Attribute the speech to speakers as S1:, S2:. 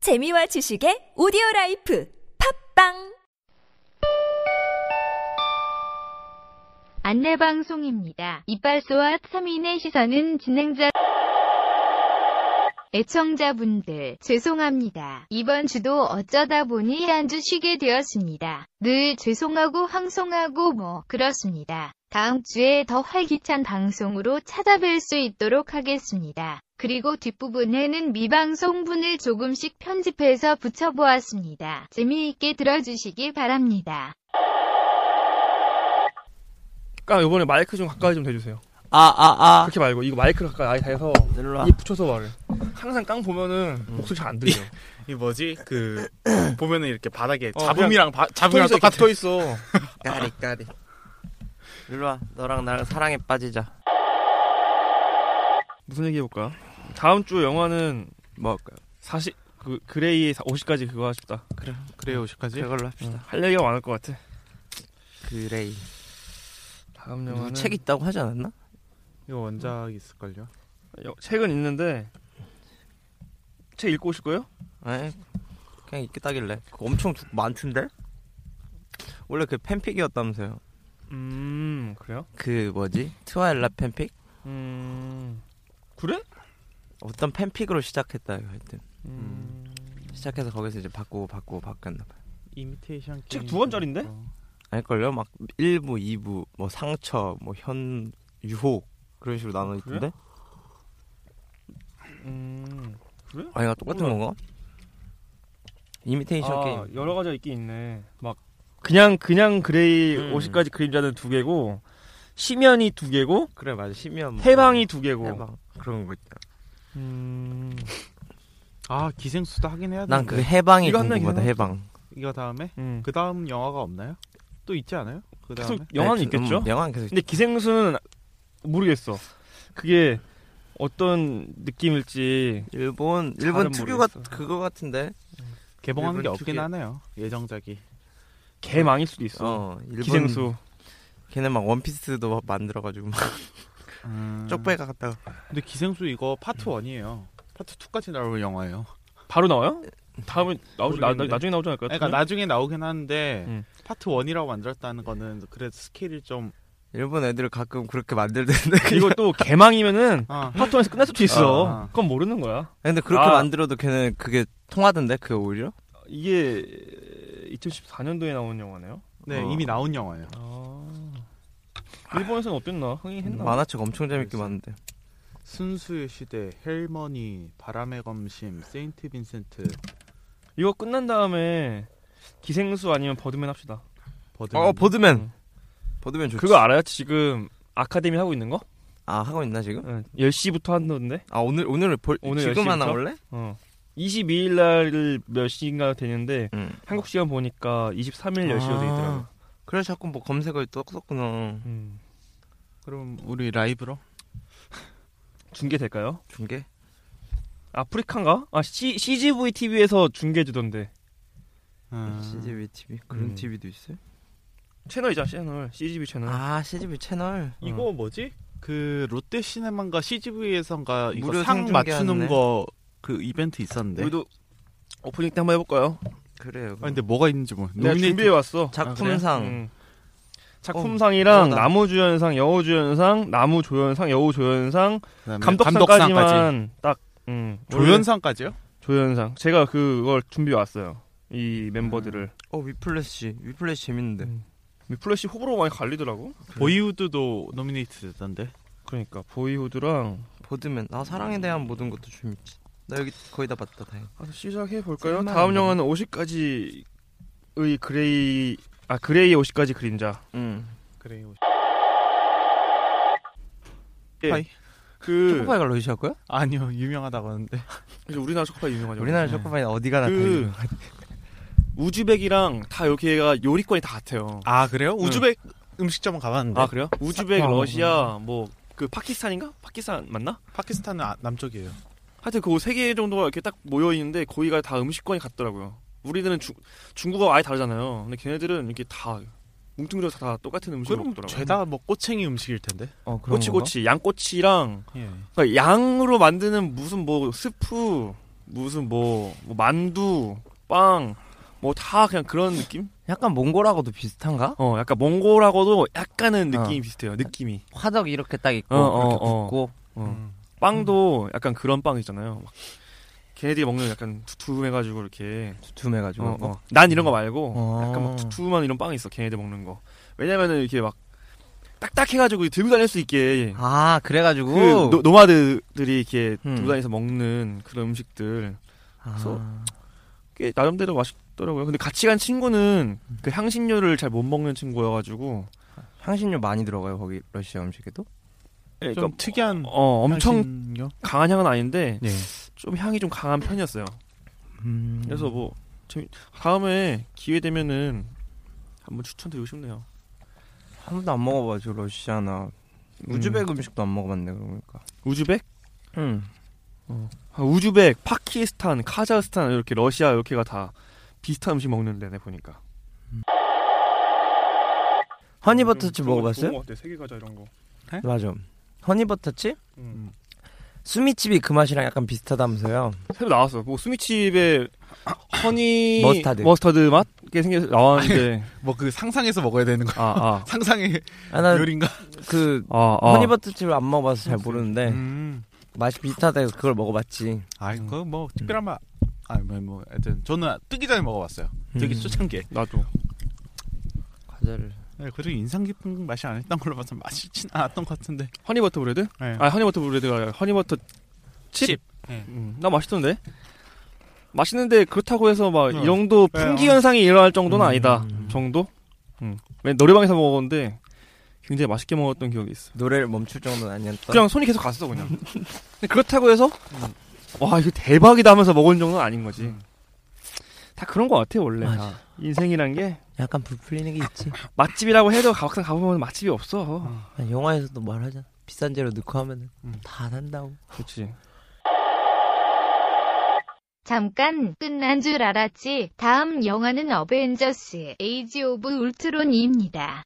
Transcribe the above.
S1: 재미와 지식의 오디오 라이프 팝빵
S2: 안내방송입니다. 이빨소와 3인의 시선은 진행자 애청자분들 죄송합니다. 이번 주도 어쩌다 보니 한 주 쉬게 되었습니다. 늘 죄송하고 황송하고 뭐 그렇습니다. 다음 주에 더 활기찬 방송으로 찾아뵐 수 있도록 하겠습니다. 그리고 뒷부분에는 미방송분을 조금씩 편집해서 붙여보았습니다. 재미있게 들어주시기 바랍니다.
S3: 아 이번에 마이크 좀 가까이 좀 대주세요.
S4: 아아아
S3: 그렇게 말고 이거 마이크 가까이 아예 음. 대서
S4: 일로 와.
S3: 입 붙여서 말해. 항상 깡 보면은 목소리 잘 안 들려.
S5: 이 뭐지? 그 보면은 이렇게 바닥에
S3: 어,
S5: 잡음이랑 바,
S3: 붙어
S5: 잡음이랑
S3: 있어, 같이
S5: 똑같아.
S3: 붙어 있어.
S4: 까리 까리. 일로 와. 너랑 나랑 사랑에 빠지자.
S3: 무슨 얘기 해볼까? 다음 주 영화는 뭐 할까요? 40 그 그레이의 50까지 그거 하십다.
S5: 그래요, 오십까지.
S4: 그걸로 합시다.
S3: 할 얘기가 많을 것 같아.
S4: 어, 그레이.
S3: 다음
S4: 누구
S3: 영화는
S4: 책 있다고 하지 않았나?
S5: 이거 원작이 있을걸요.
S3: 여- 책은 있는데 책 읽고 오실 거예요?
S4: 에 네. 그냥 있겠다길래. 그거 엄청 두- 많던데? 원래 그 팬픽이었다면서요.
S3: 음 그래요?
S4: 그 뭐지? 트와일라 팬픽?
S3: 음 그래?
S4: 어떤 팬픽으로 시작했다 이거 하여튼.
S3: 음.
S4: 시작해서 거기서 이제 바꾸고 바꾸고 바꿨나 봐.
S5: 이미테이션
S3: 책 게임 두 권짜리인데?
S5: 어.
S4: 아닐걸요? 막 1부, 2부, 뭐 상처, 뭐 현 유혹 그런 식으로 나눠 있던데?
S3: 음 그래?
S4: 아니가 똑같은
S3: 몰라.
S4: 건가? 이미테이션
S3: 아,
S4: 게임.
S3: 여러 가지가 있긴 있네. 막 그냥 그냥 그레이
S4: 음.
S3: 50가지 그림자는 두 개고 심연이 두 개고
S4: 그래 맞아. 심연.
S3: 해방이 두 개고.
S4: 음. 해방 그런 거 있다.
S3: 음.
S5: 아, 기생수도 하긴 해야
S4: 난
S5: 되는데.
S4: 그 해방이
S3: 이거 한명
S4: 궁금하다
S3: 계속
S4: 해방.
S5: 이거 다음에
S3: 음.
S5: 그 다음 영화가 없나요? 또 있지 않아요? 그 다음에
S3: 계속 영화는
S4: 네, 그-
S3: 있겠죠.
S4: 음, 영화는 계속.
S3: 근데 기생수는 모르겠어. 그게 어떤 느낌일지
S4: 일본
S3: 잘은
S4: 일본 특유가
S3: 모르겠어.
S4: 그거 같은데.
S5: 개봉하는 게
S4: 일본
S5: 없긴
S4: 특유.
S5: 하네요. 예정작이.
S3: 개망일 수도 있어.
S4: 어 일본
S3: 기생수.
S4: 걔네 막 원피스도 막 만들어가지고 막
S3: 음.
S4: 쪽배가 갔다가.
S5: 음. 근데 기생수 이거 파트 1이에요. 파트 2까지 나올 영화예요.
S3: 바로 나와요? 다음에 나오지 나, 나,
S5: 모르겠는데.
S3: 나중에 나오지 않을까요?
S5: 그러니까 나중에 나오긴 하는데
S3: 음.
S5: 파트 1이라고 만들었다는 거는 그래도 스케일이 좀
S4: 일본 애들 가끔 그렇게 만들던데.
S3: 이거 또 개망이면은
S5: 아,
S3: 파트원에서 끝날 수도 있어.
S5: 아.
S3: 그건 모르는 거야.
S4: 근데 그렇게
S3: 아.
S4: 만들어도 걔는 그게 통하던데 그게 오히려.
S3: 이게 2014년도에 나온 영화네요.
S5: 네
S4: 어.
S5: 이미 나온 영화예요.
S3: 아. 일본에서는 어땠나? 흥행했나?
S4: 만화책 엄청 재밌게
S5: 그랬어.
S4: 봤는데.
S5: 순수의 시대, 헬머니, 바람의 검심, 세인트 빈센트,
S3: 이거 끝난 다음에 기생수 아니면 버드맨 합시다.
S5: 아, 버드.
S4: 어 보드맨.
S3: 음.
S4: 보드맨 좋지.
S3: 그거 알아요? 지금 아카데미 하고 있는 거?
S4: 아 하고 있나 지금?
S3: 응. 10시부터 한다던데.
S4: 아 오늘 오늘 볼
S3: 오늘
S4: 지금 하나
S3: 10시부터?
S4: 원래?
S3: 어. 22일 날몇 시인가 되는데
S4: 응.
S3: 한국 시간 보니까 23일 10시로 돼 있더라고.
S4: 음. 아, 그래 자꾸 뭐 검색을 또 썼구나.
S3: 음.
S5: 그럼 우리 라이브로?
S3: 중계될까요?
S4: 중계?
S3: 아프리카인가? 아 C, CGV TV에서 중계해 주던데.
S5: 아.
S4: CGV TV 그런
S3: 음.
S4: TV도 있어요?
S3: 채널이자 채널. CGV 채널.
S4: 아 CGV 채널.
S5: 이거 뭐지? 어. 그 롯데 시네마인가 CGV에선가
S4: 무료
S5: 이거 상
S4: 생중계하는데?
S5: 맞추는 거 그 이벤트 있었는데.
S3: 우리도 오프닝 때 한번 해 볼까요?
S4: 그래요.
S5: 아 근데 뭐가 있는지 뭐.
S3: 내가
S5: 노미네이트-
S3: 준비해 왔어.
S4: 작품상
S3: 음. 작품상이랑
S4: 어,
S3: 나무주연상, 여우주연상, 나무조연상, 여우조연상,
S5: 그다음에 감독상까지.
S3: 감독상까지만 딱 음,
S5: 조연상까지요?
S3: 조연상. 제가 그걸 준비해 왔어요. 이 멤버들을.
S4: 어 위플래시 위플래시 재밌는데.
S3: 이 음. 플래시 호불호 많이 갈리더라고.
S5: 그- 보이우드도 노미네이트 됐던데.
S3: 그러니까 보이후드랑
S4: 보드맨 아 사랑에 대한 모든 것도 재밌지. 나 여기 거의 다 봤다 다행.
S3: 시작해 볼까요?
S4: 쌤만
S3: 다음
S4: 안
S3: 영화는 50까지의 그레이 아 그레이 50까지 그림자.
S4: 응.
S5: 그래요.
S3: 예.
S5: 파이?
S3: 그
S4: 초코파이가 러시아 거야?
S5: 아니요 유명하다고 하는데.
S3: 그래서 우리나라 초코파이 유명하죠.
S4: 우리나라 초코파이 어디가 나?
S3: 그-
S4: 그...
S3: 우즈벡이랑 다 여기가 요리권이 다 같아요.
S5: 아 그래요? 우즈벡 음식점은 가봤는데.
S3: 아 그래요? 우즈벡,
S4: 아,
S3: 러시아, 뭐 그 파키스탄인가? 파키스탄 맞나?
S5: 파키스탄은 아- 남쪽이에요.
S3: 하여튼 그 세 개 정도가 이렇게 딱 모여 있는데 거기가 다 음식권이 같더라고요. 우리들은 주, 중국어 아예 다르잖아요. 근데 걔네들은 이렇게 다 뭉뚱그려서 다 똑같은 음식을
S5: 그럼
S3: 먹더라고요.
S5: 죄다 뭐 꼬챙이 음식일 텐데.
S4: 어 그런
S3: 꼬치 꼬치 양꼬치랑
S5: 예.
S3: 그러니까 양으로 만드는 무슨 뭐 스프 무슨 뭐, 뭐 만두, 빵, 뭐 다 그냥 그런 느낌?
S4: 약간 몽골하고도 비슷한가?
S3: 어, 약간 몽골하고도 약간은
S4: 어.
S3: 느낌이 비슷해요. 느낌이.
S4: 화덕 이렇게 딱 있고
S3: 어, 어,
S4: 이렇게
S3: 어.
S4: 붙고
S3: 어.
S5: 음.
S3: 빵도 약간 그런 빵 있잖아요. 막 걔네들이 먹는 약간 두툼해가지고 이렇게.
S4: 두툼해가지고
S3: 어, 어. 난 이런 거 말고
S4: 어.
S3: 약간 막 두툼한 이런 빵이 있어. 걔네들 먹는 거. 왜냐면은 이렇게 막 딱딱해가지고 들고 다닐 수 있게
S4: 아 그래가지고
S3: 그 노, 노마드들이 이렇게
S4: 음.
S3: 들고 다니면서 먹는 그런 음식들
S4: 아,
S3: 그래서 꽤 나름대로 맛있더라고요. 근데 같이 간 친구는
S4: 음.
S3: 그 향신료를 잘 못 먹는 친구여가지고
S4: 향신료 많이 들어가요 거기 러시아 음식에도?
S3: 예,
S5: 좀
S3: 그러니까
S4: 음.
S5: 특이한
S3: 어, 엄청
S5: 향신료?
S3: 강한 향은 아닌데
S5: 네.
S3: 좀 향이 좀 강한 편이었어요.
S4: 음.
S3: 그래서 뭐 재미- 다음에 기회 되면은 한번 추천드리고 싶네요.
S4: 한 번도 안 먹어봐죠 러시아나 우즈벡 음식도 안 먹어봤네 그러니까.
S3: 우즈벡,
S4: 음.
S3: 아, 우즈벡, 파키스탄, 카자흐스탄 이렇게 러시아 이렇게가 다 비슷한 음식 먹는데 내 보니까.
S5: 음,
S4: 허니버터칩 먹어봤어요?
S5: 세계 과자 이런 거.
S4: 맞아. 허니버터칩?
S5: 음.
S4: 수미칩이 그 맛이랑 약간 비슷하다면서요?
S3: 새로 나왔어. 뭐 수미칩의 허니
S4: 머스타드.
S3: 맛게 생겨 나왔는데
S5: 뭐 그 상상해서 먹어야 되는 거.
S3: 아아아
S5: 상상의
S4: 아, 나
S5: 요리인가? 어.
S4: 그
S3: 아, 아.
S4: 허니버터칩을 안 먹어봐서 잘 모르는데
S5: 음.
S4: 맛이 비슷하다 해서 그걸 먹어봤지.
S5: 아, 그거 뭐 특별한 맛. 아, 뭐, 뭐, 하여튼 저는 뜨기 전에 먹어봤어요. 되게
S4: 음.
S5: 쫓한게.
S3: 나도
S4: 과자를.
S5: 네, 그래도 인상 깊은 맛이 안 했던 걸로 봐서 맛있진 않았던 것 같은데.
S3: 허니버터 브레드?
S5: 네.
S3: 아 허니버터 브레드가 아니라 허니버터 칩.
S5: 칩. 네.
S3: 음, 나 맛있던데. 맛있는데 그렇다고 해서 막 이
S5: 어.
S3: 정도
S5: 네,
S3: 풍기
S5: 어.
S3: 현상이 일어날 정도는
S4: 음.
S3: 아니다. 정도? 음. 왜 노래방에서 먹었는데 굉장히 맛있게 먹었던 기억이 있어.
S4: 노래를 멈출 정도는 아니었다.
S3: 그냥 손이 계속 갔어 그냥. 근데 그렇다고 해서 와 이거 대박이다 하면서 먹은 정도는 아닌 거지. 다 그런 거 같아 원래.
S4: 맞아.
S3: 다. 인생이란 게
S4: 약간 불풀리는 게 있지.
S3: 맛집이라고 해도 막상 가보면 맛집이 없어.
S4: 아, 영화에서도 말하잖아. 비싼 재료 넣고 하면은
S5: 음.
S4: 다 난다고.
S3: 그렇지.
S2: 잠깐 끝난 줄 알았지. 다음 영화는 어벤져스 에이지 오브 울트론입니다.